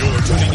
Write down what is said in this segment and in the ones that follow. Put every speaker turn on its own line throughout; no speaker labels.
tuning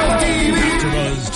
AfterBuzz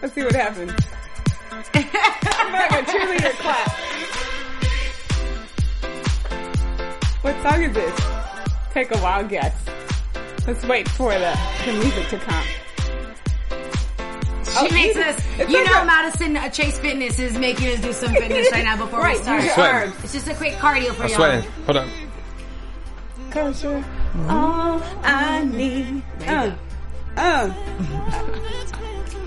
Let's see what happens. I'm not gonna cheerleader clap. What song is this? Take a wild guess. Let's wait for the, the music to come.
She
Oh,
makes
Jesus.
us.
It's
you
like
know,
a-
Madison uh, Chase Fitness is making us do some fitness right now before
Right,
we
use
start.
your
Sweating.
arms.
It's just a quick cardio for
I'm
y'all.
sweating. Hold on.
Cause you're all I
Um,
need. Uh, uh.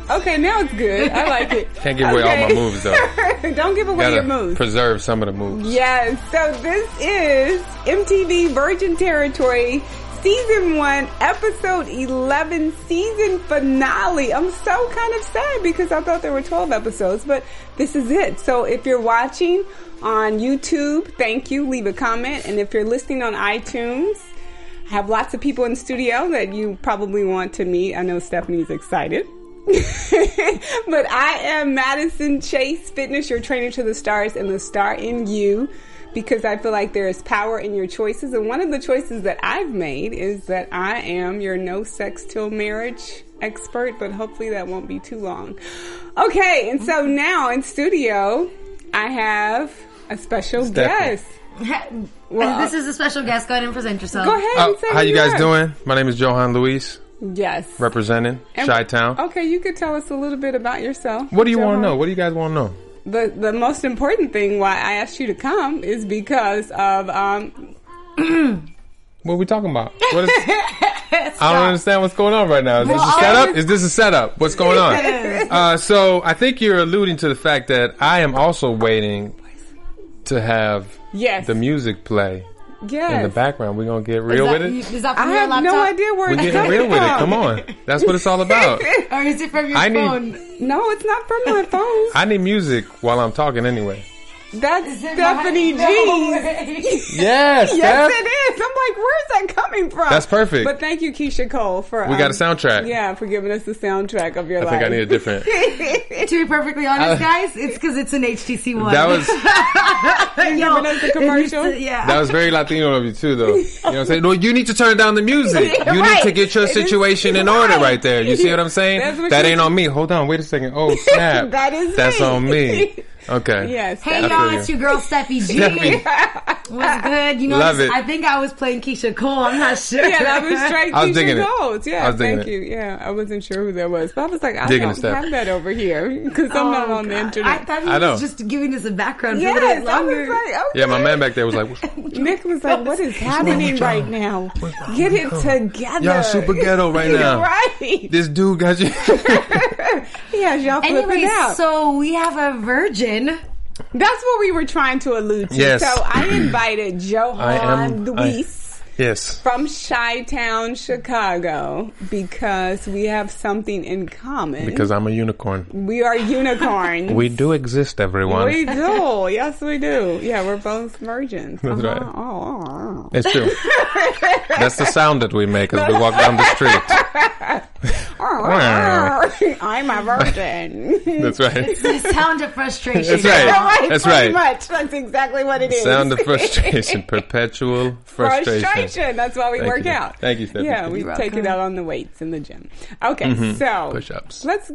Okay, now it's good. I like it.
Can't give away all my moves, though.
though. Don't give away your moves.
preserve some of the moves.
Yes, so this is MTV Virgin Territory season one, episode 11, season finale. I'm so kind of sad because I thought there were 12 episodes, but this is it. So if you're watching on YouTube, thank you, leave a comment. And if you're listening on iTunes, I have lots of people in the studio that you probably want to meet. I know Stephanie's excited. but I am Madison Chase Fitness, your trainer to the stars and the star in you because I feel like there is power in your choices. And one of the choices that I've made is that I am your no sex till marriage expert, but hopefully that won't be too long. Okay, and so now in studio, I have a special
Stephanie.
guest.
well, this is a special guest. Go ahead and present yourself.
uh, Go ahead.
Oh,
and say
how
who
you guys
are.
doing? My name is Johan Luis,
Yes.
representing
And-
Chi Town.
Okay, you could tell us a little bit about yourself.
What do you want
Johan.
to know? What do you guys want to know?
The the most important thing why I asked you to come is because of um
What are we talking about? What is, I don't understand what's going on right now. Is this
Well,
a
I
setup? Is this a setup? What's going on? Uh, so I think you're alluding to the fact that I am also waiting to have
yes
the music play
yes.
in the background. We're gonna get real
Is
with
that,
it.
is that
I
from your
have
laptop?
no idea where
We're
it's
getting
coming
real with
from.
it. Come on, that's what it's all about.
Or is it from your
I need-
phone?
No, it's not from my phone.
I need music while I'm talking anyway.
That's
Is it
Stephanie G.
my- No way.
Yes,
Yes,
Steph.
it is. I'm like, where's that coming from?
That's perfect.
But thank you, Keisha Cole, for um,
We got a soundtrack.
Yeah, for giving us the soundtrack of your
I
life.
think I need a different.
to be perfectly honest, guys, it's because it's an HTC one.
Uh, That was
Yo,
giving us a commercial?
it's- Yeah.
that was very Latino of you too, though. You know what I'm saying? No, you need to turn down the music. You need to
Right.
get your
It is-
situation in order
right.
right there. You see what I'm saying?
That's what
that
you-
ain't on me. Hold on, wait a second. Oh snap!
That is
that's
me.
on me. Okay.
Yes.
Hey
I feel
y'all,
you.
it's your girl Steffi G.
Stephanie,
What's good? You know,
Love
I,
it.
I think I was playing Keisha Cole. I'm not sure.
Yeah, that was straight
I was digging
Keisha
it.
Cole's. Yeah,
I was digging
thank
it.
you. Yeah, I wasn't sure who that was, but I was like, I
Digging it,
don't
Steph.
have that over here because I'm
Oh,
not on the
God.
internet.
I thought he
I know.
was just giving us a background for a
Yes,
little
I was
longer.
like, okay.
yeah, my man back there was like,
Nick was like, "What is happening right now? Get it together."
"Y'all super ghetto right now."
right?
This dude got you.
Yeah, y'all flipping
Anyway,
out.
so we have a virgin.
That's what we were trying to allude to.
Yes.
So I invited
I
Johan
am-
Luis
yes.
from Chi Town, Chicago, because we have something in common.
Because I'm a unicorn.
we are unicorns.
We do exist, everyone.
We do. Yes, we do. Yeah, we're both virgins.
That's right.
Oh, oh,
It's true. That's the sound that we make as we walk down the street.
oh.
Wow.
I'm a virgin.
That's right.
The sound of frustration.
That's right.
Right,
That's
pretty
right.
Much. That's exactly what it is.
Sound of frustration, perpetual frustration.
Frustration. That's why we
Thank
work
you.
out.
Thank you, Stephanie. Mm-hmm.
Yeah, we
You're
take it
welcome.
out on the weights in the gym. Okay, so
Push-ups.
Let's.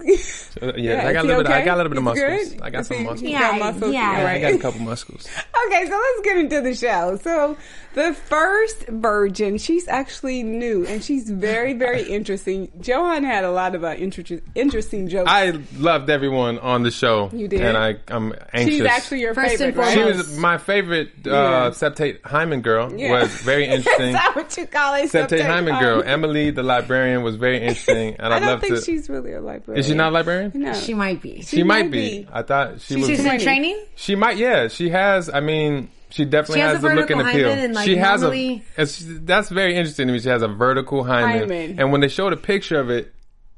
Uh, yeah, I got a
is he
little bit- I
okay?
got a little bit
He's
of muscles.
good?
I got
Is
some
he-
muscles.
he's got
Yeah,
muscles?
yeah.
All
I
right.
I got a couple muscles.
Okay, so let's get into the show. So, the first virgin, she's actually new and she's very, very interesting. Johan had a lot of uh, intro- interesting joke.
I loved everyone on the show.
You did?
and I I'm anxious.
She's actually your
First
favorite,
and
right?
She
foremost.
was my favorite uh,
Yeah.
Septate Hyman girl.
Yeah.
Was very
Is
interesting.
that what you call it?
Septate Hyman
um,
girl, Emily the librarian was very interesting, and
I
I
don't
love
think
to.
she's really a librarian.
is she not a librarian?
No.
She might be.
She, might,
might
be.
be.
I thought she was.
She's in
Training.
training.
She might, yeah. She has. I mean, she definitely
She has
has,
a
the look and
vertical
appeal.
hymen and, like,
she has
normally-
a. It's, that's very interesting to me. She has a vertical hymen,
Hymen.
and when they showed a picture of it,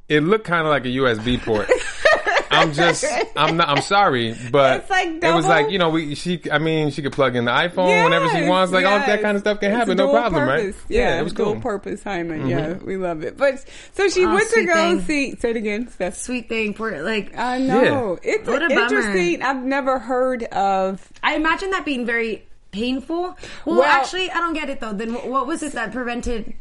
it looked kind of like a USB port. I'm just, I'm not, I'm sorry, but
It's like
it was
double-
like you know, we she, I mean, she could plug in the iPhone whenever she
Yes,
wants, like all that
yes.
kind of stuff can
It's
happen, no
dual
problem,
purpose.
right?
Yeah,
it was
dual
cool. Mm-hmm.
purpose Hyman. Yeah, we love it. But so she
Oh,
went to
sweet
go
thing.
see. Say it again, Steph.
Sweet thing for like.
I know it's
What
an
a bummer.
interesting. I've never heard of.
I imagine that being very painful. Well,
Well-
actually, I don't get it though. Then wh- what was it that prevented?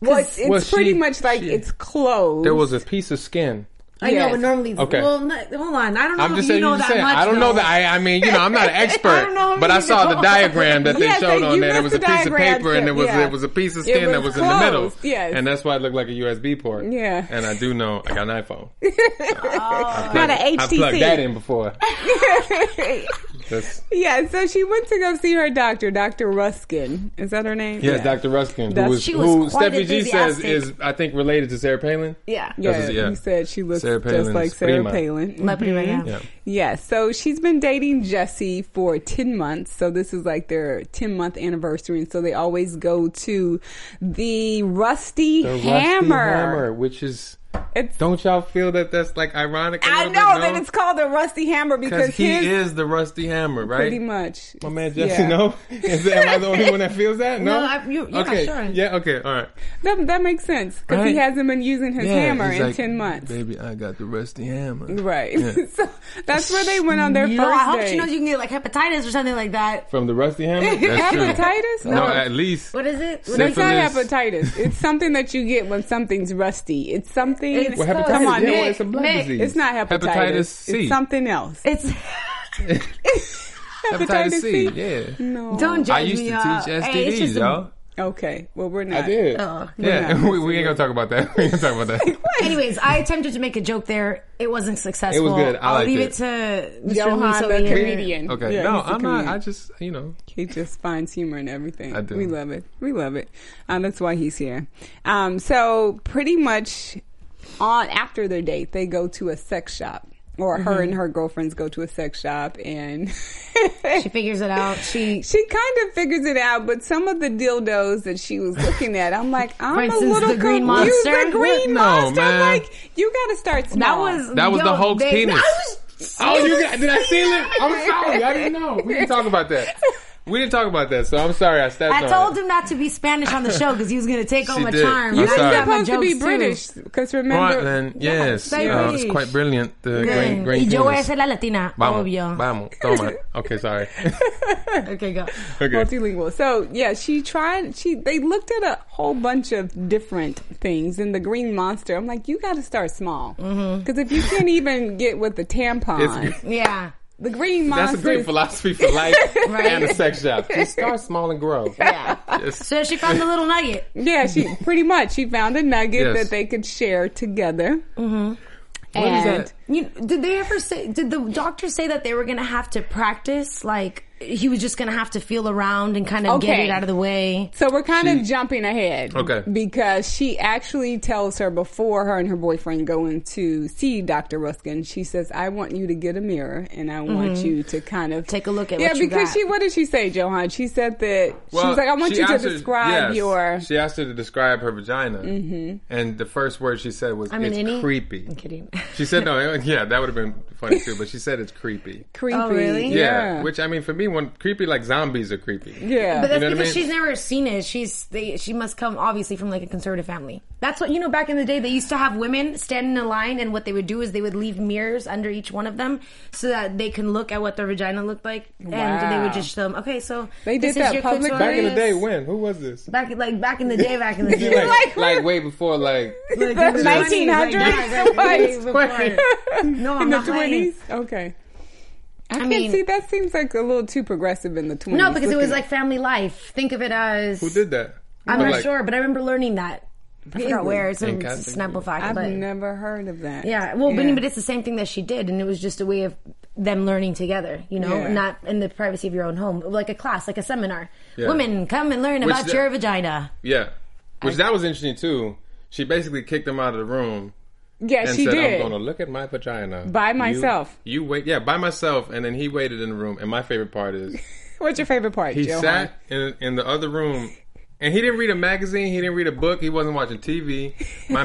Well, it's, it's
Well,
pretty
she-
much like
she-
it's closed.
There was a piece of skin.
I know,
Yes.
but normally,
Okay.
well, no, hold on. I don't know
I'm
if
just
you
saying.
know
you just
that
saying.
much.
I don't know
though.
that. I, I mean, you know, I'm not an expert,
know
but I
either.
saw the diagram that they
Yes,
showed
you
on there.
read
There was
the
a piece of
diagram,
paper, and it was
yeah.
it was a piece of
It
skin that
was
was in the middle.
closed, yes.
and that's why it looked like a USB port.
Yeah.
and I do know I got an iPhone.
not an
I plugged that
HTC.
in before. That's,
Yeah, so she went to go see her doctor, Doctor Ruskin. Is that her name?
yes,
Yeah.
Dr. Ruskin, who
That's-
was,
she was
who
quite
Steffi G says
enthusiastic.
is I think related to Sarah Palin.
Yeah.
Yeah,
That's- yeah.
he said she looks
Sarah
just
Palin's
like Sarah
prima.
Palin. Mm-hmm.
My prima, yeah.
Yeah.
Yeah, so she's been dating Jesse for 10 months. So this is like their 10 month anniversary. And so they always go to the Rusty,
The Rusty
hammer.
hammer, which is
It's,
don't y'all feel that that's like ironic?
I
I
know that it's called the Rusty Hammer because
because he
his,
is the Rusty Hammer, right?
pretty much.
My man
Yeah.
Jesse, no? Is that, am I the only one that feels that? No,
No, I- you- yeah,
okay.
sure.
Yeah, okay, all right.
That, that makes sense because he
Right.
hasn't been using his
Yeah,
hammer
he's
in
like,
10 months.
Baby, I got the rusty hammer.
Right.
Yeah.
so that's where they went on their
You know,
first
I hope
date.
she knows you can get like hepatitis or something like that.
From the rusty hammer? That's true.
Hepatitis?
No, at least.
What is it? What
Syphilis.
is
It's not
Syphilis.
hepatitis. It's something that you get when something's rusty. It's something.
It's
Well,
hepatitis-
hepatitis,
Come on,
yeah, well,
Nick.
it's a blood
Nick,
disease.
It's not hepatitis.
Hepatitis C.
It's something else.
It's
hepatitis C, yeah.
No.
don't judge
I used to
me,
teach
uh, hey, it's
STDs,
just a-
y'all.
Okay. Well, we're
I
not.
did.
Oh.
yeah, we, we ain't gonna talk about that. We ain't gonna talk about that.
Anyways, I attempted to make a joke there. It wasn't successful.
good. I
will
like
leave it,
it.
to Mr.
Johan,
Luis
the
over here.
comedian.
Okay,
Yeah,
no,
he's a
I'm not.
comedian.
I just, you know,
He just finds humor in everything.
I do.
We love it. We love it. Uh, that's why he's here. Um, so pretty much on after their date, they go to a sex shop. Or
Mm-hmm.
her and her girlfriends go to a sex shop and
She figures it out. She
She kind of figures it out, but some of the dildos that she was looking at, I'm like, I'm
For instance,
a little
the green
confused. The
monster?
green
No,
monster,
man.
like you got to start
that
small.
was
That was
yo,
the Hulk's
they-
penis.
I was-
Oh, you got, did I steal it? I'm sorry. I didn't know. We didn't talk about that. We didn't talk about that, so I'm sorry I stepped on
I
it.
told him not to be Spanish on the show because he was going to take all
She
my
did.
charm.
I'm
you
And I
sorry.
were
got my
supposed to be
jokes, too.
British because remember,
Right then, yes,
say
uh,
British.
it's quite brilliant. The
Good.
green, green
y yo voy a
penis.
ser la latina,
Vamos,
obvio.
vamos, toma. Okay, sorry.
Okay, go.
okay.
multilingual. So yeah, she tried. She they looked at a whole bunch of different things, and the green monster. I'm like, you got to start small because if you can't even get with the tampon,
Mm-hmm. It's-
Yeah.
the green
That's
monster.
a great
is-
philosophy for life
Right.
and a sex shop. Just start small and grow.
Yeah. So she found the little nugget.
yeah, she pretty much she found a nugget
Yes. Mm-hmm.
that they could share together.
What is
And-
that?
You, did they ever say? Did the doctor say that they were going to have to practice? Like he was just going to have to feel around and kind of get
Okay.
it out of the way.
So we're kind of jumping ahead.
Okay.
Because she actually tells her before her and her boyfriend going to see Dr. Ruskin, she says, I want you to get a mirror and I want you to kind of
Mm-hmm. Take a look at
Yeah,
what you
because
got.
she what did she say, Johan? She said that she
Well,
was like, I want
she
you to
asked her-
describe
yes,
your
She asked her to describe her vagina,
Mm-hmm.
and the first word she said was,
I mean,
"It's
any-
creepy."
I'm kidding.
She said, "No, yeah, that would have been funny too," but she said it's creepy.
creepy.
Oh, really?
Yeah,
Yeah.
which I mean, for me, one creepy like zombies are creepy.
Yeah.
But that's
know what I
because
mean?
she's never seen it. She's they, she must come obviously from like a conservative family. That's what you know. Back in the day, they used to have women stand in a line, and what they would do is they would leave mirrors under each one of them so that they can look at what their vagina looked like, and they
Wow.
would just show them. Okay, so
They did
this is
that
your
public-
clitoris."
Back in the day, when who was this?
back like back in the day, back in the day,
Like,
Like-
like, way before like
Like,
The
in the 20s,
1900s?
like, yeah, exactly.
What?
Way before. No, I'm
in the
not lying.
twenties? Okay. I, can't
mean-
see that seems like a little too progressive in the twenties.
No, because it was like family life. Think of it as
who did that?
I'm
But,
not
like,
sure, but I remember learning that. I forgot where. It's in
Inc, I think.
Snapplefy.
I've
But
never heard of that.
yeah, well, but, but it's the same thing that she did, and it was just a way of them learning together. You know,
Yeah.
not in the privacy of your own home, like a class, like a seminar.
Yeah.
Women, come and learn
Which
about
the-
your vagina.
Yeah, which that was interesting too. She basically kicked him out of the room
yeah,
and
she
said,
did.
"I'm going to look at my vagina
By
You-
myself.
You, wait, yeah, by myself." And then he waited in the room. And my favorite part is
What's your favorite part?
he
Johan?
sat in, in the other room. And he didn't read a magazine. He didn't read a book. He wasn't watching TV. My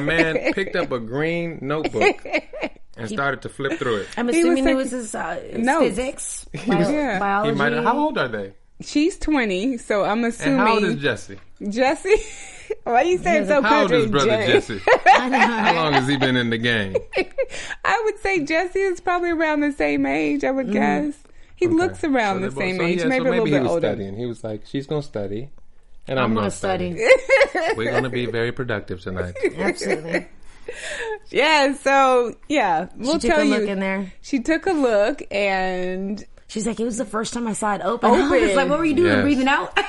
man picked up a green notebook and started to flip through it.
I'm
was
assuming it
like-
was his uh, his
No.
physics, bio-
was-
Yeah.
He
biology.
might. have- How old are they?
She's twenty, so I'm
And
assuming
how old is Jesse?
Jesse. Why you saying so
How old
country,
is brother
Jay?
Jesse? How long has he been in the game?
I would say Jesse is probably around the same age. I would guess he looks around
Mm.
the
So they both-
same
so
age,
yeah, so
maybe a little
he
bit
was
older.
Studying. He was like, "She's gonna study, and I'm,
I'm
gonna
gonna study.
study. We're gonna be very productive tonight."
Absolutely.
Yeah, so yeah, we'll
She took
tell
a look
you.
in there.
She took a look and
She's like, it was the first time I saw it open. I was
Open.
like, what were you doing?
Yes.
Breathing out?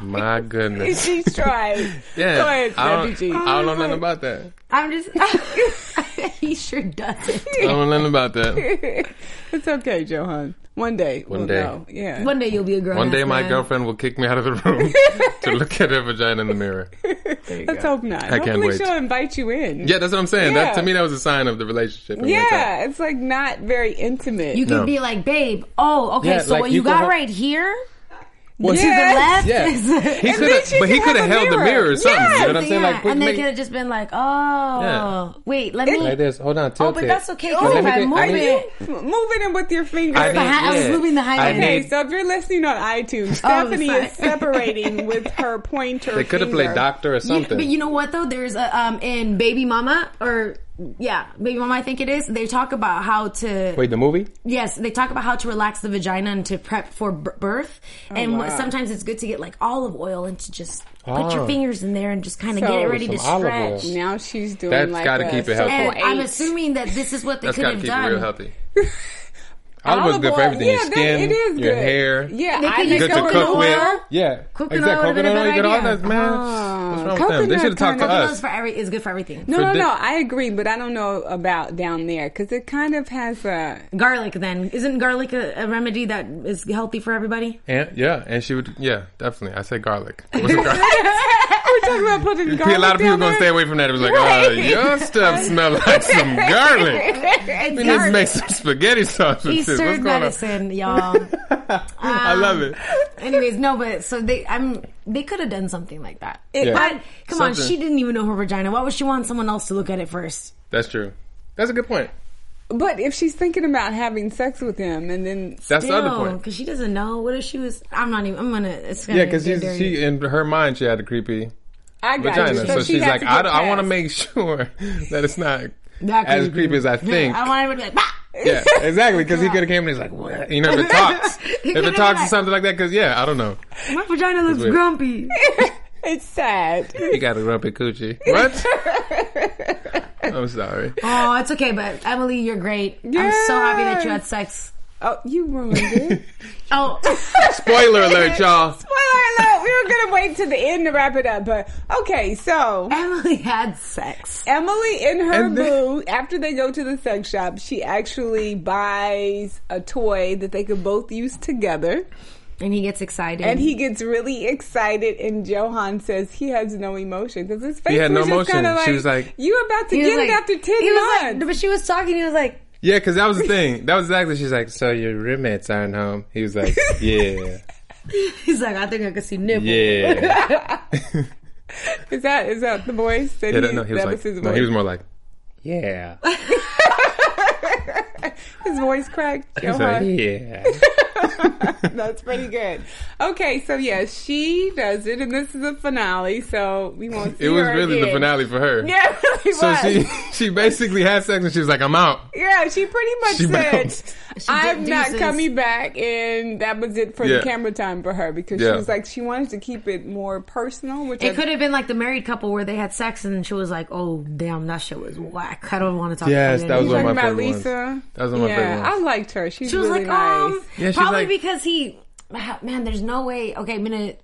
My goodness.
she tried.
Yeah,
Go ahead,
I don't,
refugee.
I don't know nothing about that.
I'm just. he sure doesn't.
I don't know nothing about that.
It's okay, Johan. One day,
One
we'll
day.
know. Yeah.
One day you'll be a grown.
One day,
ass
my
man.
girlfriend will kick me out of the room to look at her vagina in the mirror.
Let's hope not.
can't
Hopefully,
wait.
she'll invite you in.
Yeah, that's what I'm saying. That to
Yeah.
me, that was a sign of the relationship. It went
Yeah, it's like not very intimate.
You could
No.
be like, babe. Oh, okay.
Yeah,
so
like
what
you
you,
could
got
ho-
right here
Yes.
to the left
Yeah.
is.
He could
then she
have, but he
could
could
have
have
a
held the
mirror.
mirror or something. you know what I'm
Yeah,
saying? Like, put
and they
make-
could have just been like, oh,
Yeah.
wait, let me.
like this. Hold on, tilt
oh, but
it.
that's okay.
Now,
Cause
let
if
me
I
think-
move
I need-
it,
Moving in with your fingers.
I, need,
hi- I was
yeah.
moving the high
I
end.
need-
Okay, so if you're listening on iTunes,
Oh,
Stephanie
sorry.
is separating with her pointer.
They could have played doctor or
You-
something.
but you know what though? There's a um in Baby Mama or yeah, Baby Mama. I think it is. They talk about how to
Wait, the movie?
Yes, they talk about how to relax the vagina and to prep for b- birth.
Oh,
and what-
wow.
sometimes it's good to get like olive oil and to just
Ah.
put your fingers in there and just kind of
So-
get it ready to
Some olive oil.
stretch.
Now she's doing
That's
like
gotta
a
keep it
circle
healthy.
And I'm
eight.
assuming that this is what they
That's
could
got to
have
keep
done.
it real healthy. Olive oil's good for
oil.
everything. your
that-
skin,
it is
your
good.
hair.
Yeah,
They
I make
could use
Good to
Coconut
cook with.
oil?
Yeah.
Coconut
exactly.
oil would've been
Coconut
a
oil, you
better
get all
idea.
that, man. What's wrong with them? They
Coconut
should have talked to
kinda-
Coconut oil is
us.
for every is good for everything.
No,
for
no,
di-
no. I agree, but I don't know about down there because it kind of has a.
Garlic then isn't garlic a, a remedy that is healthy for everybody?
And, yeah, and she would. Yeah, definitely. I said garlic. It wasn't garlic.
We're talking about putting garlic.
a lot of people
down
gonna stay
there?
away from that. It was like,
Right.
uh, your stuff smells like some garlic.
It's
We need to
garlic.
make some spaghetti sauce with this. What's
Eastern
going
medicine, y'all. Um,
on? I love it.
Anyways, no, but so they, I'm, they could have done something like that.
Yeah.
But come on,
Something.
she didn't even know her vagina. Why would she want someone else to look at it first?
That's true. That's a good point.
But if she's thinking about having sex with him, and then
That's the other point.
because she doesn't know. What if she was? I'm not even. I'm gonna. It's gonna
Yeah, because
get dirty.
she in her mind she had a creepy
I got
vagina,
you.
so,
she
she's
has
like,
to
I,
get
don't- I want to
past.
make sure that it's not
That
as
creepy.
creepy as I think.
I want everybody to be like. "Bah!"
yeah, exactly. Because he could have came and he's like, what? You know, if it talks,
He
if
could've
it
been
talks or
like-
something like that. Because yeah, I don't know.
My vagina looks
weird.
grumpy.
It's sad.
He got a grumpy coochie. What? I'm sorry.
oh, it's okay, but Emily, you're great. I'm so happy that you had sex.
Oh, you ruined it.
Oh,
Spoiler alert, y'all.
Spoiler alert! We were gonna wait to the end to wrap it up, but okay. So
Emily had sex.
Emily in her
And then-
booth, after they go to the sex shop, she actually buys a toy that they could both use together.
And he gets excited.
And he gets really excited, and Johan says he has no emotion because his face
had
was
no
just kind of
emotion.
like,
She was like-
"You about to
He was
get it after ten
he was like-
months?"
but she was talking. He was like,
Yeah, because that was the thing. That was exactly. She's like, so your roommates aren't home. He was like, yeah,
he's like, I think I could see nipples.
yeah.
is that is that the voice? That
yeah
he-
no, he was
that
like,
his
no,
voice.
he was more like, yeah.
his voice cracked.
He was like,
Johan,
yeah.
that's pretty good. Okay, so yeah, she does it, and this is the finale. So we won't. See
It was
her
really the
again.
finale for her.
Yeah, it really
So
was.
she she basically had sex and she was like, I'm out.
Yeah, she pretty much
She
said,
bounced.
"I'm
did
not
deuces.
coming back," and that was it for
Yeah.
the camera time for her because
Yeah.
she was like she wanted to keep it more personal. Which I-
It could have been like the married couple where they had sex and she was like, "Oh damn, that shit was whack. I don't want to talk."
Yes,
about it
that was
You
anymore."
one
talking
of my
about
favorite ones.
Lisa.
That was one of my
yeah,
favorite ones.
I liked her. She's
She was
really
like,
nice.
"Um,
Yeah, she's
probably
like-
because he, man, there's no way." Okay, I'm gonna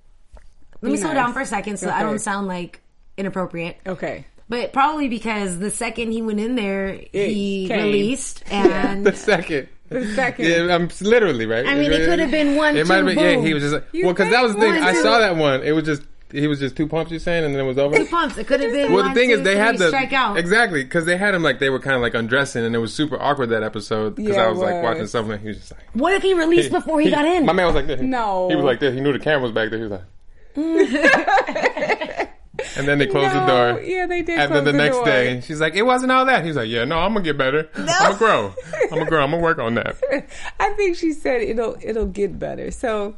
Let me slow
nice.
down for a second so that I
Okay.
don't sound like inappropriate.
Okay.
But probably because the second he went in there, he
came.
released and.
The second.
The second.
Yeah, I'm s- literally right.
I mean, it could have been one,
It might have
two,
been. Yeah,
boom.
he was just like,
You
well, because that was the thing.
think
I
one,
saw
two.
that one. It was just he was just two pumps. You saying, and then it was over.
Two pumps. It could have been.
Well,
one,
the thing
two,
is, they had
three,
the
strike out.
exactly because they had him like they were kind of like undressing, and it was super awkward that episode because
Yeah,
I
it
was like
was.
watching something. He was just like,
What if he released before he got in?
My man was like, this.
No.
he was like this. He knew the camera was back there. He was like, and then they closed the
Mm. No,
door.
yeah, they did
And
close
then the,
the
next
door.
day, she's like, it wasn't all that. He's like, yeah, no, I'm gonna get better. I'm gonna grow. I'm gonna grow. I'm gonna work on that.
I think she said it'll it'll get better. So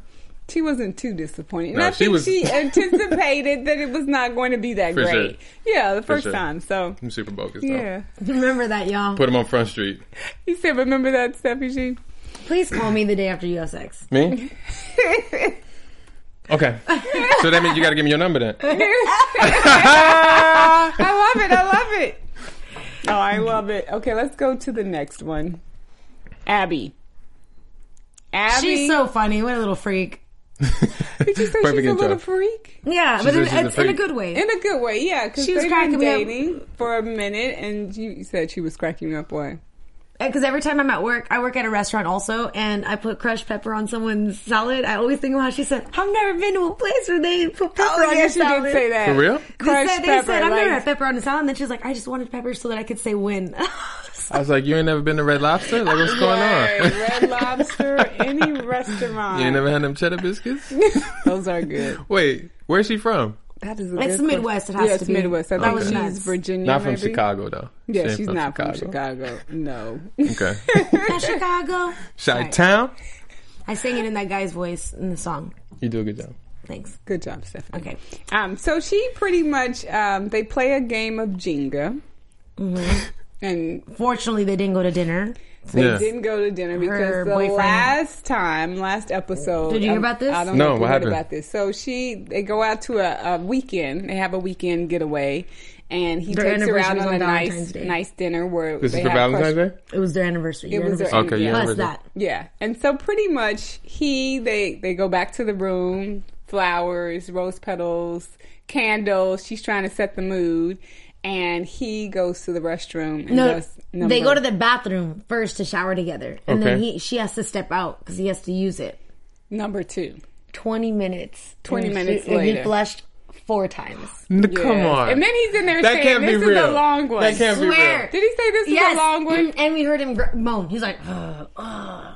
she wasn't too disappointed. And
No,
I
she
think she,
was-
anticipated that it was not going to be that
For sure.
great. Yeah, the first
sure.
time. So
I'm super bogus. Though.
yeah.
Remember that, y'all.
Put him on Front Street.
You said remember that, Steffi G?
Please call me the day after you have sex.
Me? okay. So that means you got to give me your number then.
I love it. I love it. Oh, I love it. Okay, let's go to the next one. Abby. Abby.
She's so funny. What a little freak.
Did you say she's a little freak?
Yeah, but
said
in,
she's a
it's in a
freak.
good way.
In a good way, yeah. Because
She was
they've been
cracking me up.
dating for a minute, and you said she was cracking you up. Why?
Because every time I'm at work, I work at a restaurant also, and I put crushed pepper on someone's salad. I always think of how she said, "I've never been to a place where they put pepper
Oh,
on
yeah,
your
she
salad."
did say that.
For real?
They
Crushed
said, they
pepper.
said, "I've never
like-
had pepper on the salad." And then she was like, "I just wanted pepper so that I could say when."
I was like, you ain't never been to Red Lobster? Like, what's going on?
Word. Red Lobster, any restaurant.
you ain't never had them cheddar biscuits?
Those are good.
Wait, where's she from?
That is a
It's
good
Midwest, it
question.
has
yeah,
to
it's
be.
Midwest. I
That
think
was
she's
nuts.
Virginia.
Not from
maybe?
Chicago, though. She
Yeah,
ain't
she's not from Chicago. No.
Okay.
Not Chicago.
Chi Town?
I sang it in that guy's voice in the song.
You do a good job.
Thanks.
Good job, Stephanie.
Okay.
Um, so she pretty much um, they play a game of Jenga,
Mm-hmm.
and
Fortunately, they didn't go to dinner.
they
Yeah.
didn't go to dinner because
Her
the
boyfriend-
last time, last episode.
Did you hear
um,
about this?
I don't
No,
know if you
what
heard
happened?
about this. So she they go out to a, a weekend. They have a weekend getaway, and he
Their
takes her out
anniversary's
on
on
a nice
Valentine's Day.
nice dinner where
This
they
is for
have crush-
Valentine's Day?
It was their anniversary.
It
their
was their
anniversary.
Okay, yeah.
anniversary.
Plus that.
Yeah, and so pretty much he they they go back to the room, flowers, rose petals, candles. She's trying to set the mood, and he goes to the restroom. And
No,
does number-
they go to the bathroom first to shower together, and then
Okay.
he she has to step out because he has to use it.
number two.
Twenty minutes.
20
And
minutes
he, and
later.
he flushed four times.
N- Come
Yes.
on.
And then he's in there
That
saying,
can't be
"This is
real.
a long one."
That can't be
Swear. Mm-hmm.
real.
Did he say this is a long one?
and we heard him gr- moan. He's like, ugh, ugh.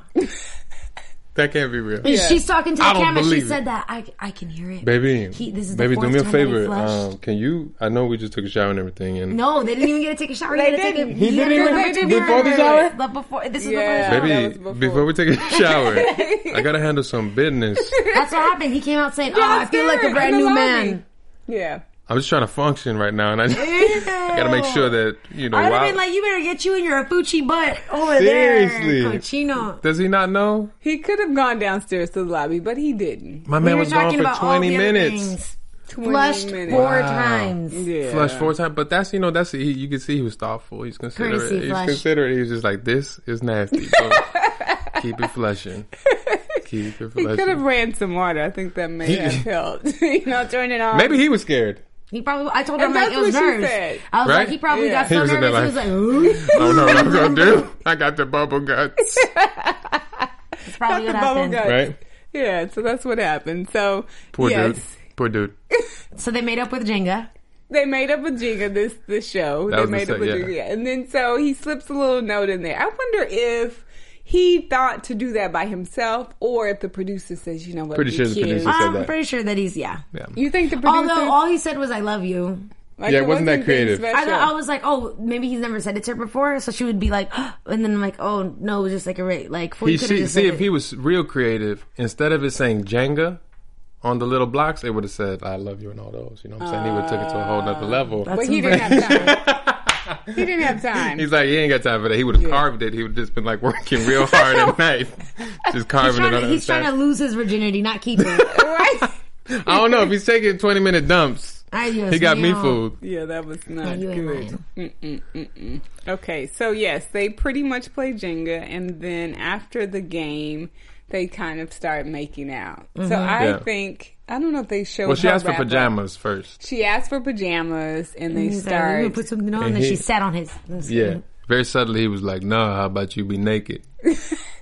That can't be real.
And she's talking to the
I don't
camera. She
believe it.
said that I, I can hear it,
Baby,
He, this is the
baby, do
fourth
me a
time that he
favor.
flushed.
Um, can you? I know we just took a shower and everything, and
no, they didn't even get to take a shower.
They
got to
didn't.
Take a,
He
you
didn't
gotta
even-
go back to
before the
dinner.
shower?
But before this is
Yeah.
before the shower.
that
baby,
was before.
before. we take a shower, I gotta handle some business.
That's what happened. He came out saying, "Oh, I feel
Downstairs
like a
in
brand
the
new
lobby.
man."
Yeah.
I'm just trying to function right now, and I, I gotta make sure that you know.
I would have
why-
been like, you better get you in your Fuchi butt over
Seriously.
there, cochino.
does he not know?
He could have gone downstairs to the lobby, but he didn't.
My
We
man
were
was gone
talking
for
about all
20
the other
minutes.
things.
20
Flushed
minutes.
four times.
Yeah.
Flushed four times, but that's you know that's he, you can see he was thoughtful. He's considerate.
Courtesy
He's
flush.
considerate. He was just like, this is nasty. Bro. Keep it flushing. Keep it
He could have
flushing.
ran some water. I think that may
He-
have helped. you know, turn it on.
Maybe he was scared.
He probably. I told him
And
like
that's
it was
what she
nerves.
said.
I was
Right?
like, he probably
Yeah.
got
He
so
was in there
nervous. He was like, Ooh.
I don't know what I'm gonna do. I got the bubble guts,
That's
Got
probably
the
what
bubble
happened.
guts.
right?
Yeah, so that's what happened. So
Poor
yes,
dude. Poor dude.
So they made up with Jenga.
they made up a Jenga this this show.
That
they
was the
made up
se-
a
yeah.
Jenga, and then so he slips a little note in there. I wonder if. He thought to do that by himself, or if the producer says, "You know what?"
Pretty
be
sure the
cute.
producer said-
I'm
that.
pretty sure that he's yeah.
Yeah.
You think the producer?
Although all he said was "I love you,"
like,
Yeah, it wasn't that creative.
I, thought- I was like, "Oh, maybe he's never said it to her before," so she would be like, and then I'm like, "Oh no, it was just like a rate." Like,
He
he could have
see,
just
see
said
if
it.
he was real creative. Instead of it saying Jenga on the little blocks, it would have said "I love you" and all those. You know what I'm saying? he would have took it to a whole
Ah,
nother level.
but he didn't have time. he didn't have time.
He's like, he ain't got time for that. He would have carved it. He would just been like working real hard at night, just
He's
carving
trying,
it.
to,
on
he's
the
trying to lose his virginity, not keep it.
right?
I don't know if he's taking twenty minute dumps.
Ay, Dios
He got me
mío.
food.
Yeah, that was not
Oh, you ain't
good. Mm-mm, mm-mm. Okay, so yes, they pretty much play Jenga, and then after the game, they kind of start making out.
Mm-hmm.
So I
Yeah.
think I don't know if they show.
Well, she
her
asked for
wrap up.
pajamas first.
She asked for pajamas, and they
He's like, "We're gonna
start.
put something on,
And
and then
he-
she sat on his. Mm-hmm.
Yeah. Very subtly, he was like, "Nah, how about you be naked?"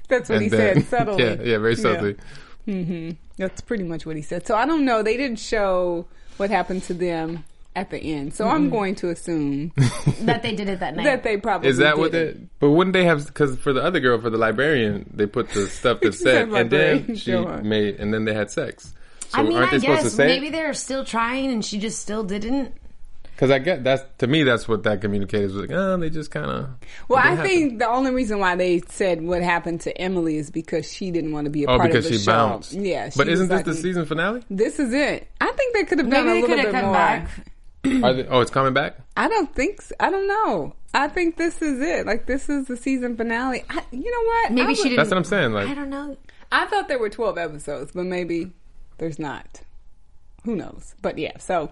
That's what he said subtly.
yeah, yeah, very subtly.
hmm That's pretty much what he said. So I don't know. They didn't show what happened to them at the end. So I'm going to assume
that they did it that night.
that they probably
Is that what
did
they? But wouldn't they have? Because for the other girl, for the librarian, they put the stuff that
She
said,
said
and then
librarian,
she
sure.
made, and then they had sex. So
I mean,
aren't they
I
supposed to
guess
say?
maybe they're still trying, and she just still didn't.
Because I get that's to me, that's what that communicators was like. Oh, they just oh, kind of.
Well, I think the only reason why they said what happened to Emily is because she didn't want to be a
Oh,
part
because
of the
she
show.
bounced.
Yeah, she
but
was
isn't this
like, "Mm."
the season finale?
This is it. I think they could have done
Maybe
a
they
little
could
bit
have come
more.
back.
Are they, oh, it's coming back.
I don't think. So. I don't know. I think this is it. Like this is the season finale. I, you know what? I
Maybe she
would-
That's
didn't.
what I'm saying.
I
Like,
don't know.
I thought there were 12 episodes, but maybe there's not. Who knows? But yeah, so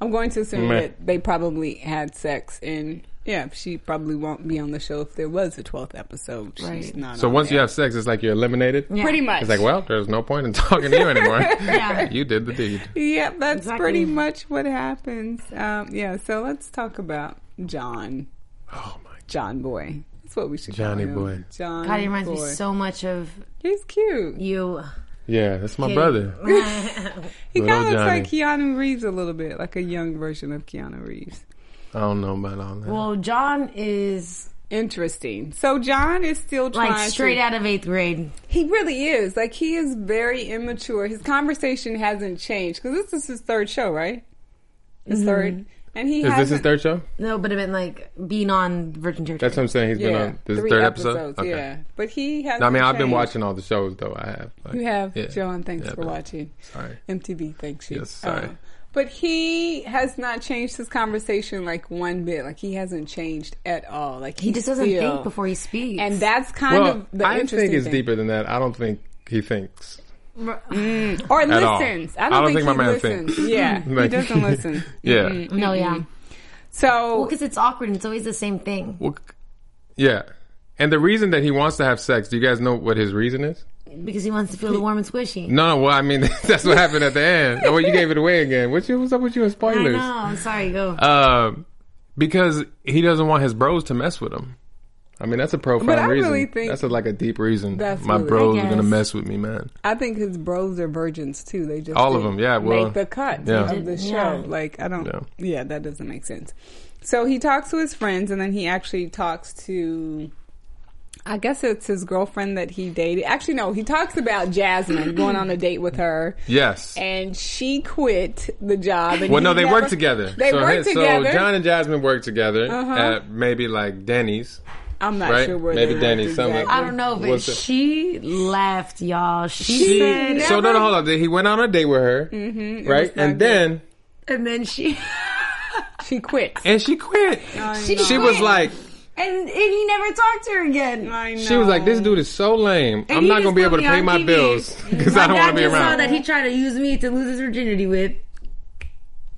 I'm going to assume
Meh.
that they probably had sex and yeah, she probably won't be on the show if there was a 12th episode. She's
Right.
not
so
on
once you
there.
have sex, it's like you're eliminated.
Yeah.
pretty much
It's like, well, there's no point in talking to you anymore.
Yeah.
You did the deed.
Yeah, that's
Exactly.
pretty much what happens. Um, yeah, so let's talk about John.
Oh my.
John Boy. That's what we should
Johnny
call him.
Boy.
John
God, he reminds
Boy.
me so much of
He's cute.
you.
Yeah, that's my
Katie.
brother.
He
Little
kind of looks
Johnny.
like Keanu Reeves a little bit, like a young version of Keanu Reeves.
I don't know about all that.
Well, John is
Interesting. So John is still trying
like straight
to,
out of eighth grade.
He really is. Like he is very immature. His conversation hasn't changed because this is his third show, right? His
Mm-hmm.
third, and he
is
hasn't,
this his third show?
No, but it meant like being on Virgin Territory.
That's what I'm saying. He's been
yeah,
on this is
three
third
episodes.
episode. Okay.
Yeah, but he hasn't.
No, I mean, I've been
changed.
watching all the shows though. I have. Like,
You have
yeah.
John. Thanks
Yeah,
for
but-
watching.
Sorry.
MTV. Thanks you.
Yes, sorry.
Um, but he has not changed his conversation like one bit. Like he hasn't changed at all. Like
he just doesn't
still-
think before he speaks.
And that's kind
Well,
of the
I
interesting
think it's
thing.
deeper than that. I don't think he thinks.
or
at all.
listens. I, don't think,
my
he
man
listens.
thinks.
Yeah, he
Like-
doesn't listen. Mm-hmm.
Yeah.
no, yeah,
So
because it's awkward and it's always the same thing.
Well, c- yeah. And the reason that he wants to have sex, do you guys know what his reason is?
Because he wants to feel warm and squishy.
No, well, I mean, that's what happened at the end. Oh, Well, you gave it away again. What you, what's up with you
I
and spoilers?
know. I'm sorry. Go.
Um, because he doesn't want his bros to mess with him. I mean, that's a profound
But I
reason.
really think-
that's a, like a deep reason.
That's
My
really-
bros
I
are gonna
guess.
mess with me, man.
I think his bros are virgins too. They just
All of
didn't
them, yeah, well,
make the cut
yeah.
of the show.
Yeah.
Like I don't.
Yeah.
Yeah. that doesn't make sense. So he talks to his friends, and then he actually talks to. I guess it's his girlfriend that he dated. Actually, no, he talks about Jasmine going on a date with her.
Yes.
And she quit the job. And
Well,
he
no, they
never-
work together.
They
so,
work
so
together. Uh-huh.
John and Jasmine work together at maybe like Denny's.
I'm not
right?
sure where
Maybe
they
Danny
worked
somewhere.
exactly.
I don't know, but
What's it-
she left, y'all. She, said,
so no, no, hold on. He went on a date with her,
Mm-hmm.
right? And then
and then she,
She quit.
and she quit.
she,
She was
quit.
like,
and, and he never talked to her again.
I know.
she was like, this dude is so lame. I'm
he
not gonna
just
be
put
able to
me
pay
on
my
TV.
bills because I don't
God
want to be
just saw
around.
that he tried to use me to lose his virginity with.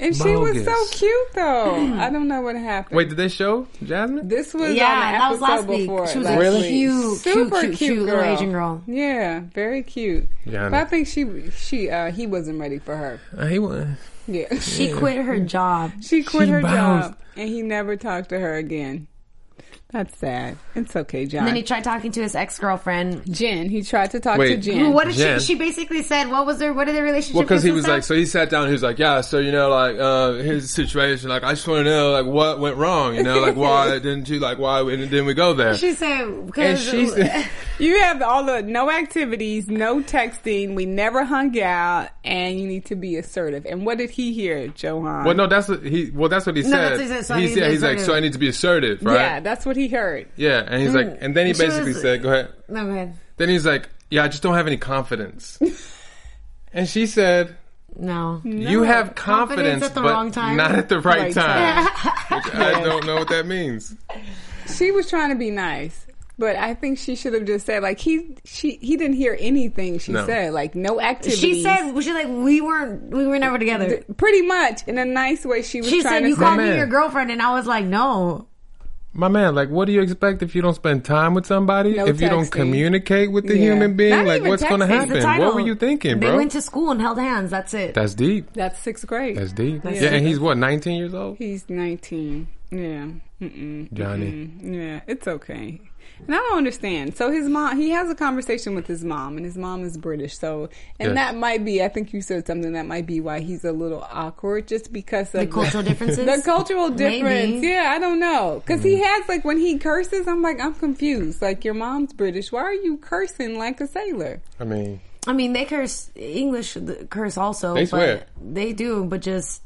And she was so
Bogus.
cute, though. I don't know what happened.
Wait, did they show Jasmine?
This was
Yeah,
on the
that was
episode
last week.
before.
She was
last
a
Really?
week.
cute,
super
cute, cute, cute little Asian girl.
Yeah, very cute.
Yeah, I
but I
know.
think she she uh, he wasn't ready for her.
Uh, he was.
Yeah,
She quit her job.
she quit
She
her
bounced.
job and he never talked to her again. That's sad. It's okay, John.
And then he tried talking to his ex girlfriend.
Jen, he tried to talk to
Wait.
Jen.
Well, what did
Jen.
she? She basically said, "What was their? What are their relationship?"
Well, because he
was
was like, so he sat down. and He was like, yeah. So you know, like, uh, here's the situation. Like, I just want to know, like, what went wrong. You know, like, why didn't you like, why didn't we go there?
She said,
and
"Because
she said,
You have all the no activities, no texting. We never hung out, and you need to be assertive. And what did he hear, Johan?
well, no, that's what he. Well, that's what he said.
that's what he said, so I
he
need to be
said, he's like,
assertive.
so I need to be assertive, right?
Yeah, that's what he heard.
Yeah, and he's like, and then he
And Mm. she
basically
was-
said, "Go ahead."
no, go ahead.
Then he's like, "Yeah, I just don't have any confidence." and she said,
no."
"You have confidence,
confidence at the
but
wrong time."
not at the
Right
right
time.
time." Which I don't know what that means.
She was trying to be nice. But I think she should have just said like he she he didn't hear anything she
No.
said like no activity.
She said, "Was she like we weren't we were never together?"
pretty much in a nice way. She was
She
trying
said,
to
"You
say,
called me
man.
your girlfriend," and I was like, "No."
My man, like, what do you expect if you don't spend time with somebody?
No
if you don't
texting.
communicate with the
Yeah.
human being,
Not
like,
even
what's going to
texting. It's
The
happen?
title.
What were you thinking,
They
bro?
went to school and held hands. That's it.
That's deep.
that's sixth grade.
That's deep.
That's
yeah,
deep.
and he's what, 19 years old?
He's nineteen. Yeah. Mm-mm.
Johnny.
Yeah, it's okay. And I don't understand. So his mom, he has a conversation with his mom, and his mom is British. So, and
Yes.
that might be. I think you said something that might be why he's a little awkward, just because of
the cultural differences.
The cultural
Maybe.
difference. Yeah, I don't know. Because
Mm.
he has, like, when he curses, I'm like, I'm confused. Like, your mom's British. Why are you cursing like a sailor?
I mean,
I mean, they curse English th- curse also.
They
but
swear.
They do, but just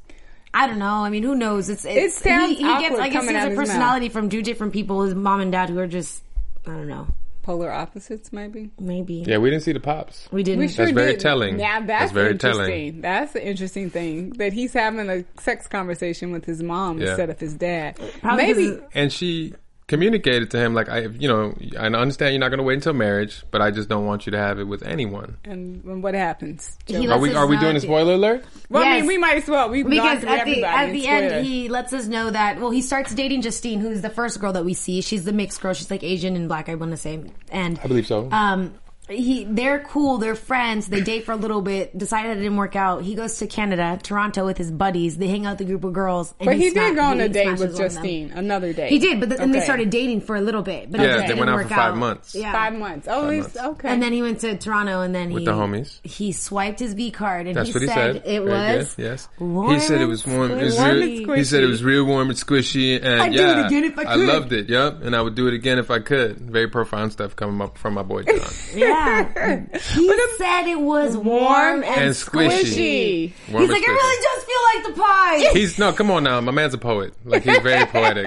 I don't know. I mean, who knows? It's, it's
sounds awkward
I guess
coming
he has
out
a
his mouth.
personality from two different people. His mom and dad who are just I don't know.
Polar opposites, maybe?
Maybe
yeah, we didn't see the pops.
we didn't.
We sure
very
did.
telling.
Yeah, that's,
That's very
interesting.
telling.
That's an interesting thing that he's having a sex conversation with his mom
Yeah.
instead of his dad.
Probably 'cause
Maybe
And she communicated to him, like, I, you know, I understand you're not going to wait until marriage, but I just don't want you to have it with anyone.
and, and what happens?
he
Are
lets
we,
us
are we
know
doing a
at the-
spoiler alert?
Well, I
Yes.
mean, we might as well. We've gone
Because
through
at the
everybody
at
and
the
swear.
end he lets us know that well he starts dating Justine who's the first girl that we see she's the mixed girl she's like Asian and black I want to say and
I believe so.
um he they're cool they're friends they date for a little bit decided it didn't work out he goes to Canada Toronto with his buddies they hang out with a group of girls and
but he did
sma-
go on
he
a date
smashes
with
one of them.
Justine. Another date.
he did but th- and they
Okay.
started dating for a little bit but
Yeah,
after
they
it didn't
went out
work
for five months.
yeah
five months. Oh,
Five
it's-
months.
okay.
and then he went to Toronto, and then
With
he,
the homies.
He swiped his V card, and
That's
he,
what he
said,
said.
it
Very
was.
good, Yes,
warm
he said it
and
was warm.
squishy.
It's
Warm
real-
and
He said it was
squishy.
real warm and squishy, and
I'd do it
yeah,
again if I
I
could.
loved it. Yep, and I would do it again if I could. Very profound stuff coming up from my boy John.
Yeah, he said it was warm and,
and squishy.
squishy.
Warm
He's
and
like, I
squishy.
really just feel like the pie.
He's no, come on now, my man's a poet. Like he's very poetic.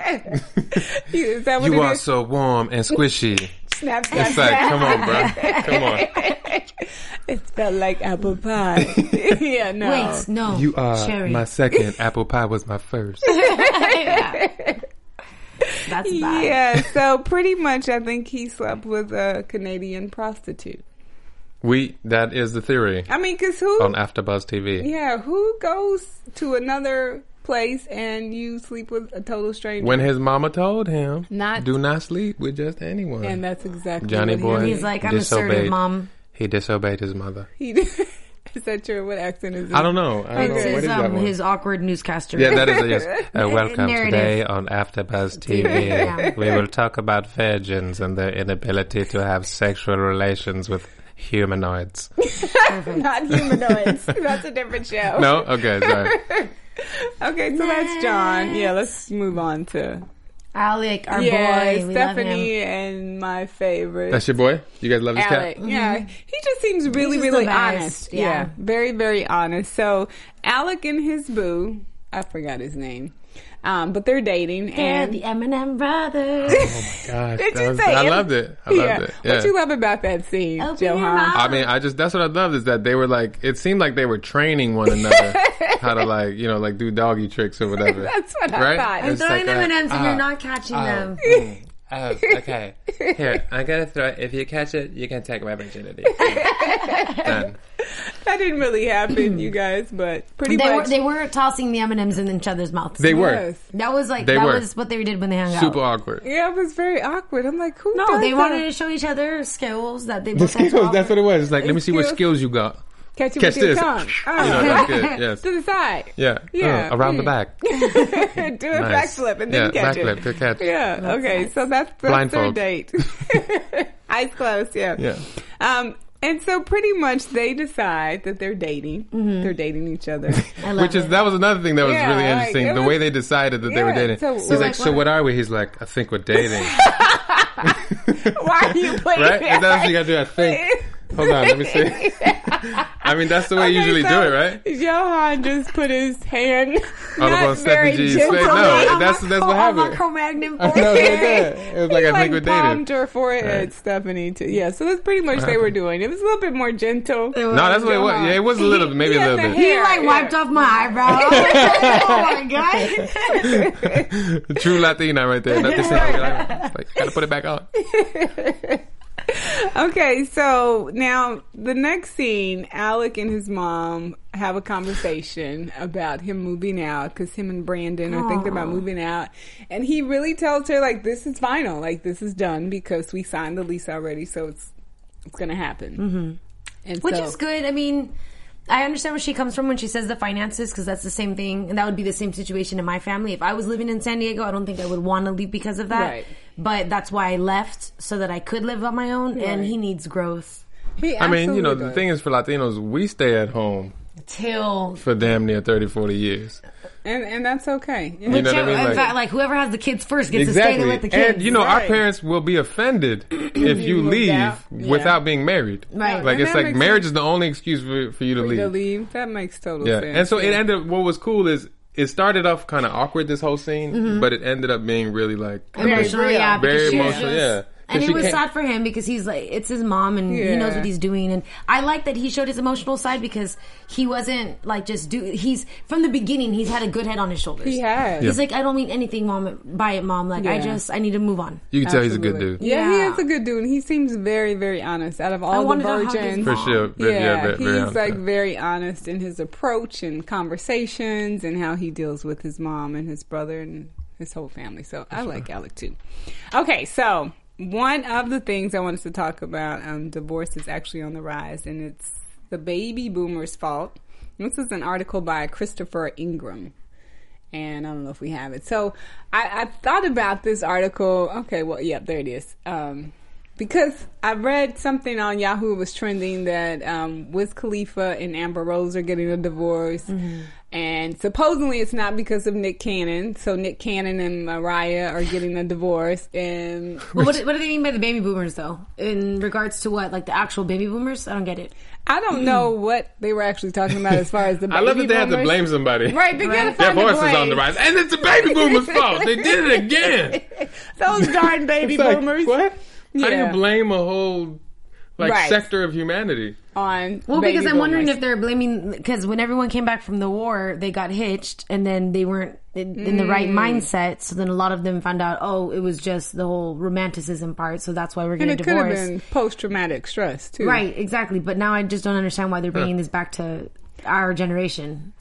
is that what
you
it
are
is?
so warm and squishy.
Snap, snap,
It's like, come on, bro, come on.
It felt like apple pie. yeah, no.
Wait, no,
You are
Cherry.
my second. Apple pie was my first.
That's bad.
Yeah, so pretty much I think he slept with a Canadian prostitute.
We that is the theory
I mean, cause who?
on AfterBuzz TV.
Yeah, who goes to another place and you sleep with a total stranger?
When his mama told him,
Not-
do not sleep with just anyone.
and that's exactly
Johnny
what he
boy.
did.
He's like, I'm
disobeyed.
assertive, mom.
He disobeyed his mother.
He did. is that true? What accent is it?
I don't know. I don't
It's
know.
his,
What is that
um,
one?
his awkward newscaster.
yeah, that is a yes. Uh, welcome
Narrative.
today on AfterBuzz TV.
Yeah.
We will talk about virgins and their inability to have sexual relations with humanoids.
Not humanoids. That's a different show.
No, okay, sorry.
Okay, so that's John. Yeah, let's move on to
Alec, our
yeah,
boy. We love him.
Stephanie and my favorite.
That's your boy. You guys love this
Alec.
cat.
Yeah, he just seems really,
Mm-hmm. just
really
the best,
honest.
yeah.
Yeah. very, very honest. So Alec and his boo, I forgot his name, um, but they're dating.
They're
and
the Eminem brothers.
Gosh,
Did
that
you
was-
say
I
Em-
loved it. I loved it. Yeah.
What you love about that scene,
Open your
Johan?
mouth.
I mean, I just that's what I loved is that they were like it seemed like they were training one another how to like you know like do doggy tricks or whatever.
That's what I
right?
thought. I'm
It's
Throwing
like
them
a,
in M's and
ah,
you're not catching them.
Oh, okay. Here, I'm gonna throw it. If you catch it, you can take my virginity. Done.
That didn't really happen, you guys, but pretty
They were,
much.
they were tossing the M&Ms in each other's mouths.
They were
Yes.
that was like
They
that
were.
was what they did when they hung
super
out.
awkward.
yeah, it was very awkward. I'm like, who?
No,
does
they
that?
wanted to show each other skills that they both had to
Skills, that's
offer.
what it was. It's like, let me see what
Skills.
skills you got.
catch it
Catch
with your
this.
tongue.
You know,
Oh,
that's good. Yes.
to the side.
Yeah.
Yeah. hmm.
Uh, around the back.
do a
Nice.
backflip and
yeah,
then catch
backflip
it.
to catch.
Yeah. okay. So that's, that's their
Blindfold.
date. Eyes closed. Yeah.
Yeah.
Um. And so pretty much they decide that they're dating.
Mm-hmm.
They're dating each other.
I love
Which is
it.
that was another thing that was
Yeah,
really
like,
interesting.
it
the
was-
way they decided that they were
Yeah,
dating.
so-
He's
so
like,
like,
so
what-
what are we? He's like, I think we're dating.
Why are you playing
right?
that?
And that's what you gotta do. I think. Hold on, let me see. I mean, that's the way you usually do it, right? Oh,
Johan just put his hand
up on
not
Steffi
very
G's
gently.
face. No, that's- that's what
On my
happened.
Cro-Magnon
I know, it's like that. It was like
He,
I liquidated.
palmed her forehead, Stephanie. Too. Yeah, so that's pretty much they were doing. It was a little bit more gentle.
was.
No, that's what it was. Yeah, it was a little bit, maybe
He
a
had the
little bit.
He
hair,
like
yeah.
wiped off my eyebrow. oh my god!
True Latina right there. That's the same. Like, like, gotta put it back on.
Okay, so now the next scene, Alec and his mom have a conversation about him moving out because him and Brandon are thinking about moving out, and he really tells her like, "This is final, like this is done because we signed the lease already, so it's it's gonna happen." Mm-hmm. And
Which
so-
is good. I mean, I understand where she comes from when she says the finances because that's the same thing, and that would be the same situation in my family. If I was living in San Diego, I don't think I would want to leave because of that.
Right.
But that's why I left so that I could live on my own. And
Right.
he needs growth
He
I mean, you know,
absolutely
the
does.
thing is for Latinos, we stay at home
till
for damn near 30, 40 years.
and and that's okay.
You know what I
Whichever-
mean?
in
Like-
fact, like whoever has the kids first gets to stay
Exactly.
there with the kids.
And you know, our
Right.
parents will be offended if you
moved
leave
out.
without being married.
Right.
Like
And
it's
that
like
makes
marriage
sense.
is the only excuse for, for you to leave.
To leave that makes total
Yeah.
sense.
And so it
Yeah.
ended up what was cool is it started off kind of awkward this whole scene, but it ended up being really like
emotional,
real.
yeah,
Very
because she was
emotional,
just-
yeah. 'Cause
And
she
it was
can't-
sad for him because he's like, it's his mom, and he knows
Yeah.
what he's doing. And I like that he showed his emotional side because he wasn't like just do. He's from the beginning. He's had a good head on his shoulders.
He has.
He's like, I don't mean anything, mom, by it, mom. Like, I
Yeah.
just, I need to move on.
you can tell he's a good
Absolutely.
dude.
Yeah,
Yeah.
he is a good dude. and He seems very, very honest. Out of all the
wanted to hug his
virgins,
For
mom.
sure.
Yeah,
very-
he's
very honest.
like very honest in his approach and conversations and how he deals with his mom and his brother and his whole family. So I like Alec too. Okay, so one of the things I wanted to talk about um, divorce is actually on the rise, and it's the baby boomer's fault. This is an article by Christopher Ingram and I don't know if we have it. So I, I thought about this article. Okay, well, yep, there it is. Um, because I read something on Yahoo was trending that um, Wiz Khalifa and Amber Rose are getting a divorce,
Mm-hmm.
and supposedly it's not because of Nick Cannon. So Nick Cannon and Mariah are getting a divorce, and
Well, what, do- what do they mean by the baby boomers, though? In regards to what, like the actual baby boomers? I don't get it.
I don't know what they were actually talking about as far as the.
Hmm. I love that
baby
they had to
boomers.
blame somebody.
Right, they gotta
Right.
find the
Divorce is on the
blame.
rise, and it's the baby boomer's fault. They did it again.
Those darn baby
It's like,
boomers.
What? How do you
Yeah.
blame a whole like
Right.
sector of humanity?
On
Well,
baby
because I'm wondering
boomers.
if they're blaming because when everyone came back from the war, they got hitched and then they weren't in, in the right
Mm.
mindset. So then a lot of them found out, oh, it was just the whole romanticism part. So that's why we're
And
going to
it could have
divorce.
been post traumatic stress too.
Right, exactly. But now I just don't understand why they're bringing this back to our generation.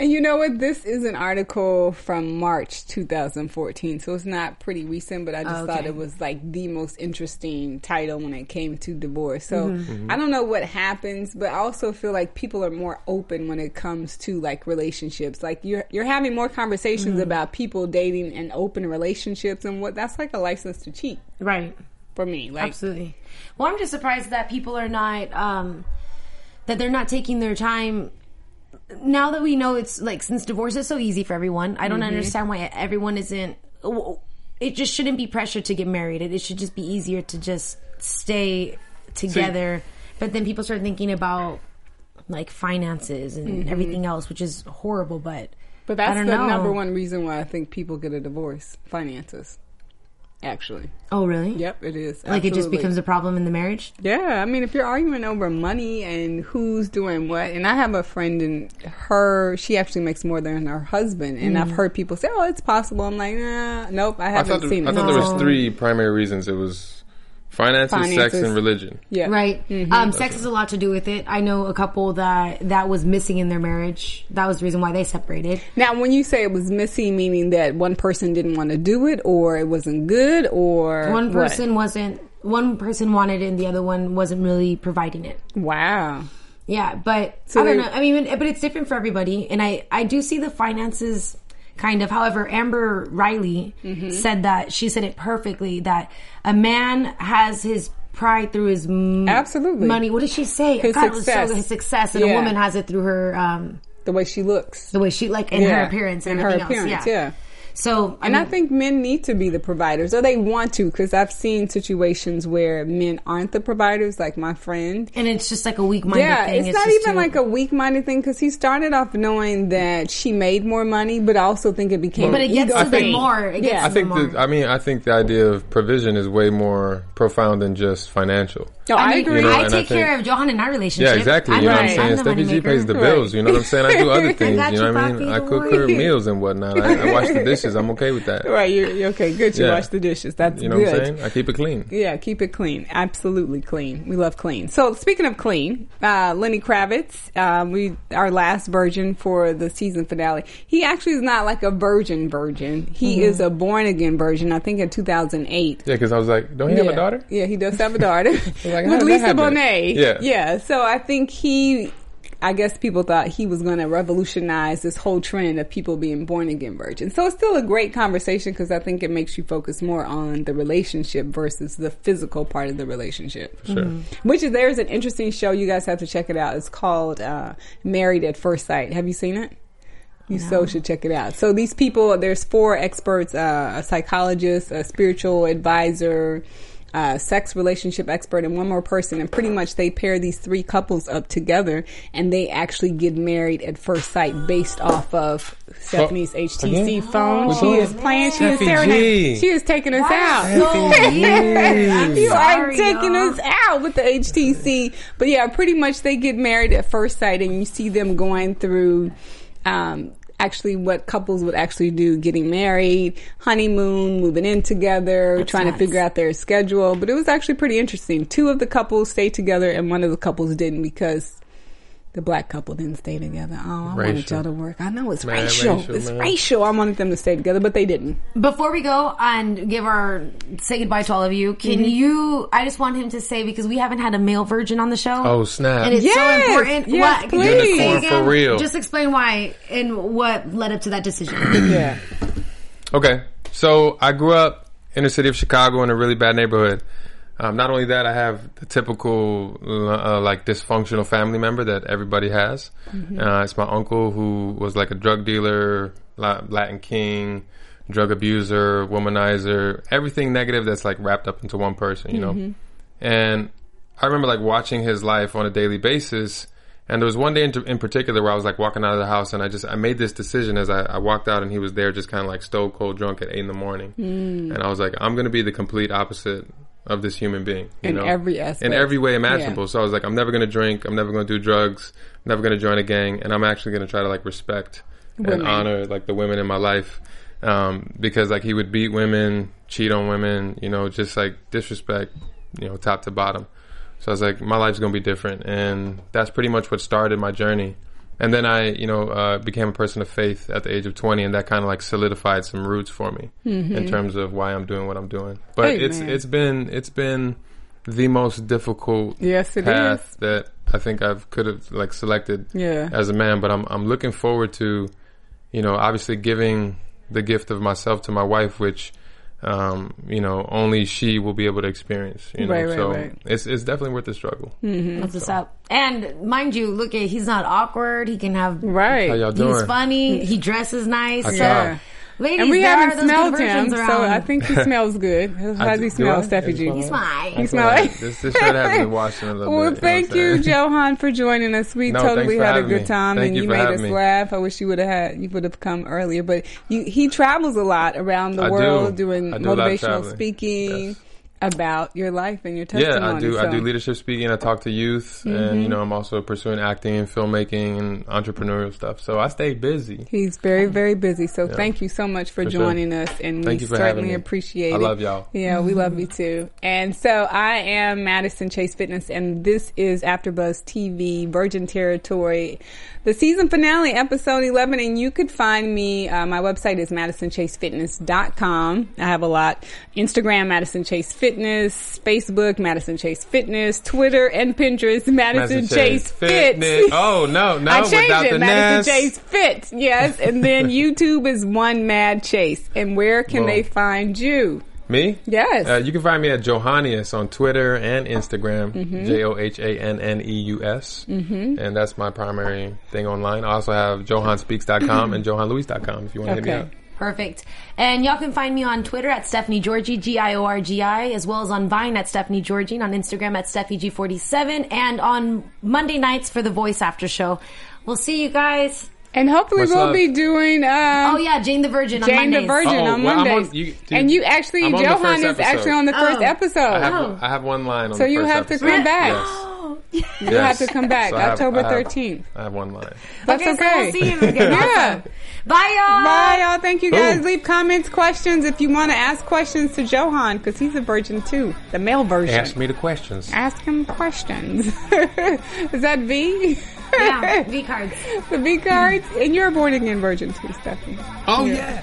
And you know what? This is an article from March 2014, so it's not pretty recent, but I just thought
Okay.
it was like the most interesting title when it came to divorce. So
Mm-hmm.
I don't know what happens, but I also feel like people are more open when it comes to like relationships. Like you're you're having more conversations
Mm-hmm.
about people dating and open relationships and what that's like a license to cheat
Right.
for me. Like
Absolutely. Well, I'm just surprised that people are not um, that they're not taking their time. Now that we know it's like since divorce is so easy for everyone, I don't
Mm-hmm.
understand why everyone isn't. It just shouldn't be pressure to get married. It, it should just be easier to just stay together. but then people start thinking about like finances and everything else, which is horrible. But
Mm-hmm. But
I
that's the
don't know.
number one reason why I think people get a divorce. Finances. Actually.
oh really?
Yep, it is.
Like it just
Absolutely.
becomes a problem in the marriage.
Yeah, I mean, if you're arguing over money and who's doing what, and I have a friend and her, she actually makes more than her husband, and
Mm.
I've heard people say, "Oh, it's possible." I'm like, nah, nope, I
I thought,
haven't
there,
seen
I
it.
thought there was
No.
three primary reasons. It was finances, sex,
Finances.
and religion.
yeah,
Right.
Mm-hmm.
Um, sex has a lot to do with it. I know a couple that that was missing in their marriage. That was the reason why they separated.
Now, when you say it was missing, meaning that one person didn't want to do it, or it wasn't good, or
One
what?
person wasn't. One person wanted it, and the other one wasn't really providing it.
Wow.
Yeah, but
So
I don't
they-
know. I mean, but it's different for everybody, and I I do see the finances kind of. However, Amber Riley
Mm-hmm.
said that she said it perfectly that a man has his pride through his m-
Absolutely.
money. What did she say?
His
God, it was so
success.
good. his success, and a
Yeah.
woman has it through her um,
The way she looks,
the way she like in her
Yeah.
appearance and,
And her
everything
appearance,
else.
yeah.
So I
And
mean,
I think men need to be the providers, or they want to, because I've seen situations where men aren't the providers, like my friend.
and it's just like a weak minded
Yeah,
thing.
it's, not
just
even
too-
like a weak minded thing, because he started off knowing that she made more money, but I also think it became.
But it gets
ego
to them
thing.
more. It gets
Yeah.
to
I think
them
the,
more.
I mean I think the idea of provision is way more profound than just financial.
No, I,
I, mean,
agree.
You know,
I
and I
take care
think-
of Johan in our relationship.
Yeah, exactly.
I'm
you know
the-
what I'm saying?
the
Steffi G
moneymaker.
pays the bills. You know what I'm saying? I do other things.
got
you know
you,
what I mean?
papi,
I
don't
cook
worry.
her meals and whatnot. I, I wash the dishes. I'm okay with that.
Right, you're, you're okay. Good, you
Yeah.
wash the dishes. That's
You know
good.
what I'm saying? I keep it clean.
Yeah, keep it clean. Absolutely clean. We love clean. So speaking of clean, uh, Lenny Kravitz, um, we our last virgin for the season finale. He actually is not like a virgin virgin. He is a born again virgin. I think in 2008.
Yeah, because I was like, don't you have a daughter?
Yeah, he does have a daughter
like, how'd
with
that
Lisa
happen?
Bonet.
Yeah.
yeah. So I think he, I guess people thought he was going to revolutionize this whole trend of people being born again virgins. So it's still a great conversation because I think it makes you focus more on the relationship versus the physical part of the relationship.
Sure.
Mm-hmm. Which is there's an interesting show you guys have to check it out. It's called uh, Married at First Sight. Have you seen it? You so should check it out. So these people, there's four experts: uh, a psychologist, a spiritual advisor, a sex relationship expert, and one more person. And pretty much they pair these three couples up together, and they actually get married at first sight based off of Stephanie's HTC
again?
phone.
Oh,
What's
she
up?
is playing. She is
Steffi G.
serenading. She is taking us out.
So weird. I'm
You are
sorry,
taking
y'all.
us out with the HTC. But yeah, pretty much they get married at first sight, and you see them going through. Um, Actually, what couples would actually do getting married, honeymoon, moving in together, trying to
nuts.
figure out their schedule. But it was actually pretty interesting. Two of the couples stayed together and one of the couples didn't because the black couple didn't stay together. Oh, I wanted
Racial.
y'all to work. I know it's
Man,
racial.
racial,
It's
man.
racial. I wanted them to stay together, but they didn't.
Before we go and give our say goodbye to all of you, can
Mm-hmm.
you? I just want him to say because we haven't had a male virgin on the show.
Oh, snap.
And it's
Yes,
so important.
yes,
what, can you
please.
say
Unicorn for
again?
real.
Just explain why and what led up to that decision.
Yeah.
Okay, so I grew up in the city of Chicago in a really bad neighborhood. Um, not only that, I have the typical uh, like dysfunctional family member that everybody has. Uh, it's my uncle who was like a drug dealer, La- Latin king, drug abuser, womanizer, everything negative that's like wrapped up into one person, you know. And I remember like watching his life on a daily basis. And there was one day in, in particular where I was like walking out of the house and I just, I made this decision as I, I walked out and he was there just kind of like stone cold drunk at eight in the morning.
Mm.
And I was like, I'm going to be the complete opposite of this human being. You
In
know?
every aspect.
In every way
Yeah.
imaginable. So I was like, I'm never going to drink. I'm never going to do drugs. I'm never going to join a gang. And I'm actually going to try to like respect
Women.
and honor like the women in my life. Um, because like he would beat women, cheat on women, you know, just like disrespect, you know, top to bottom. So I was like, my life's gonna be different, and that's pretty much what started my journey. And then I, you know, uh, became a person of faith at the age of twenty, and that kind of like solidified some roots for me in terms of why I'm doing what I'm doing. But it's
Amen.
it's been it's been the most difficult
Yes, it is.
path that I think I've could have like selected
Yeah.
as a man. But I'm I'm looking forward to, you know, obviously giving the gift of myself to my wife, which um, you know, only she will be able to experience. You know,
Right, right,
so
right. Hmm,
it's it's definitely worth the struggle.
That's what's up. And mind you, look at he's not awkward. He can have.
Right.
How y'all
He's
doing?
funny. He dresses nice.
I
So,
try.
ladies,
And we
there
haven't
are those
smelled
good
him,
virgins
so
around.
I think he smells good. How
I-
does he
do
smell,
I?
Steffi G?
I
He's fine.
I
He's fine.
This, this should have been washed in a little
Well,
bit. you know
thank
what I'm
you,
saying?
Johan, for joining us. We
No,
totally
thanks for
had a
having
good
me.
time,
Thank
and
you
you,
for
made
having
us
me.
laugh. I wish you would have had you would have come earlier, but you, he travels a lot around the
I do.
world doing
I do a lot of
motivational
traveling.
speaking
Yes.
about your life and your testimony.
Yeah, I do. I
so-
do leadership speaking. I talk to youth, and
Mm-hmm.
you know, I'm also pursuing acting and filmmaking and entrepreneurial stuff. So I stay busy.
He's very, very busy. So thank you so much for,
For sure.
joining us, and
Thank
we
you for having
certainly
me.
appreciate it.
I love y'all.
Yeah, we love you too. And so I am Madison Chase Fitness, and this is AfterBuzz TV Virgin Territory, the season finale, episode eleven. And you could find me. Uh, my website is madisonchasefitness.com. I have a lot: Instagram, Madison Chase Fitness, Facebook, Madison Chase Fitness, Twitter, and Pinterest, Madison,
Madison
Chase, Fit.
Fitness. Oh no, no,
I changed
without
it.
the
Madison
nest.
Chase Fit. Yes. And then YouTube is One Mad Chase. And where can
Boom.
they find you?
Me?
Yes.
Uh, you can find me at Johannius on Twitter and
Mm-hmm.
Instagram. J O H A N N E U S. And that's my primary thing online. I also have johanspeaks.com and johanluis.com if you want to hit me
Okay.
up.
Perfect. And y'all can find me on Twitter at Stephanie Georgie, G I O R G I, as well as on Vine at Stephanie Georgie, and on Instagram at SteffiG47, and on Monday nights for the Voice After Show. We'll see you guys.
And hopefully
Much
we'll
love.
be doing. Uh,
Oh, yeah, Jane the Virgin on
Jane
Mondays.
the Virgin
Uh-oh,
on
well, I'm on-
Mondays.
you- dude,
and you actually,
I'm on the
Johan
first
is
episode.
actually on the first
Oh.
episode.
I have,
Oh.
I have one line on
So
the
you
first
have to
episode.
come back.
Yes. yes.
You have to come back
So I have-
October
I have-
13th.
I have one line.
That's okay.
So we'll see you again.
Yeah.
Bye, y'all.
Bye, y'all. Thank you guys.
Ooh.
Leave comments, questions if you want to ask questions to Johan because he's a virgin too, the male version.
Ask me the questions.
Ask him questions. Is that V?
Yeah, V cards.
the V cards. And you're a born again virgin too, Stephanie.
Oh yeah.